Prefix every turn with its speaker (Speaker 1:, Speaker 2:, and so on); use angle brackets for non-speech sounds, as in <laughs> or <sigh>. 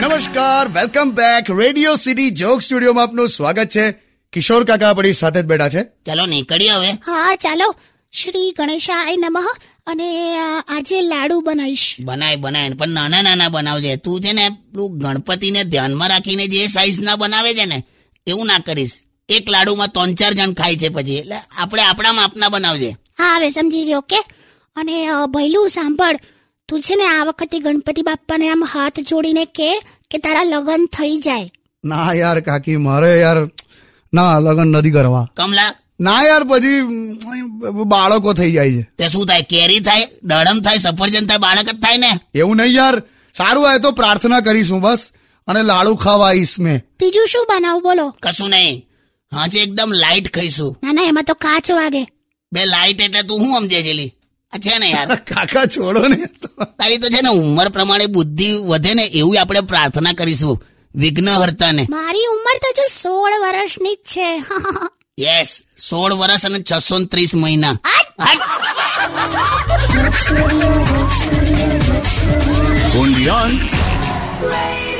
Speaker 1: નમસ્કાર welcome back radio city joke સ્ટુડિયોમાં આપનું સ્વાગત છે કિશોર કાકા આપણી સાથે જ બેઠા છે
Speaker 2: ચલો નીકળીએ હવે
Speaker 3: હા ચાલો શ્રી ગણેશાય નમઃ અને આ, આજે લાડુ બનાવીશ
Speaker 2: બનાય બનાય પણ નાના નાના બનાવજે તું છે ને પેલું ગણપતિને ધ્યાનમાં રાખીને જે સાઈઝ ના બનાવે છે ને એવું ના કરીશ એક લાડુમાં ત્રણ ચાર જણ ખાય છે પછી એટલે આપણે આપણા માપના બનાવજે
Speaker 3: હા હવે સમજી ગયો ઓકે અને અ, ભૈલું સાંભળ તું છે ને આ વખતે ગણપતિ બાપ્પાને આમ હાથ જોડીને કે કે તારા લગ્ન થઈ જાય
Speaker 1: ના યાર કાકી મારે યાર ના લગ્ન નથી કરવા
Speaker 2: કમલા
Speaker 1: ના યાર પછી ઉમ, બાળકો થઈ જાય છે
Speaker 2: તે શું થાય કેરી થાય દડમ થાય સફરજન થાય બાળક જ થાય ને
Speaker 1: એવું નહીં યાર સારું આવે તો પ્રાર્થના કરીશું બસ અને લાડુ ખાવા આવીશ મેં
Speaker 3: બીજું શું બનાવું બોલો
Speaker 2: કશું નહીં હા છે એકદમ લાઇટ ખાઈશું
Speaker 3: ના ના એમાં તો કાચ વાગે
Speaker 2: બે લાઇટ એટલે તું શું સમજે છેલી આ છે ને યાર
Speaker 1: કાકા છોડો ને
Speaker 2: તારી તો છે ને ઉંમર પ્રમાણે બુદ્ધિ વધે ને એવી આપણે પ્રાર્થના કરીશું વિઘ્નહર્તાને
Speaker 3: મારી ઉંમર તો જો સોળ વર્ષની જ છે <laughs>
Speaker 2: યસ સોળ વર્ષ અને છસો ત્રીસ મહિના હાટ.
Speaker 4: Undian.
Speaker 5: Radio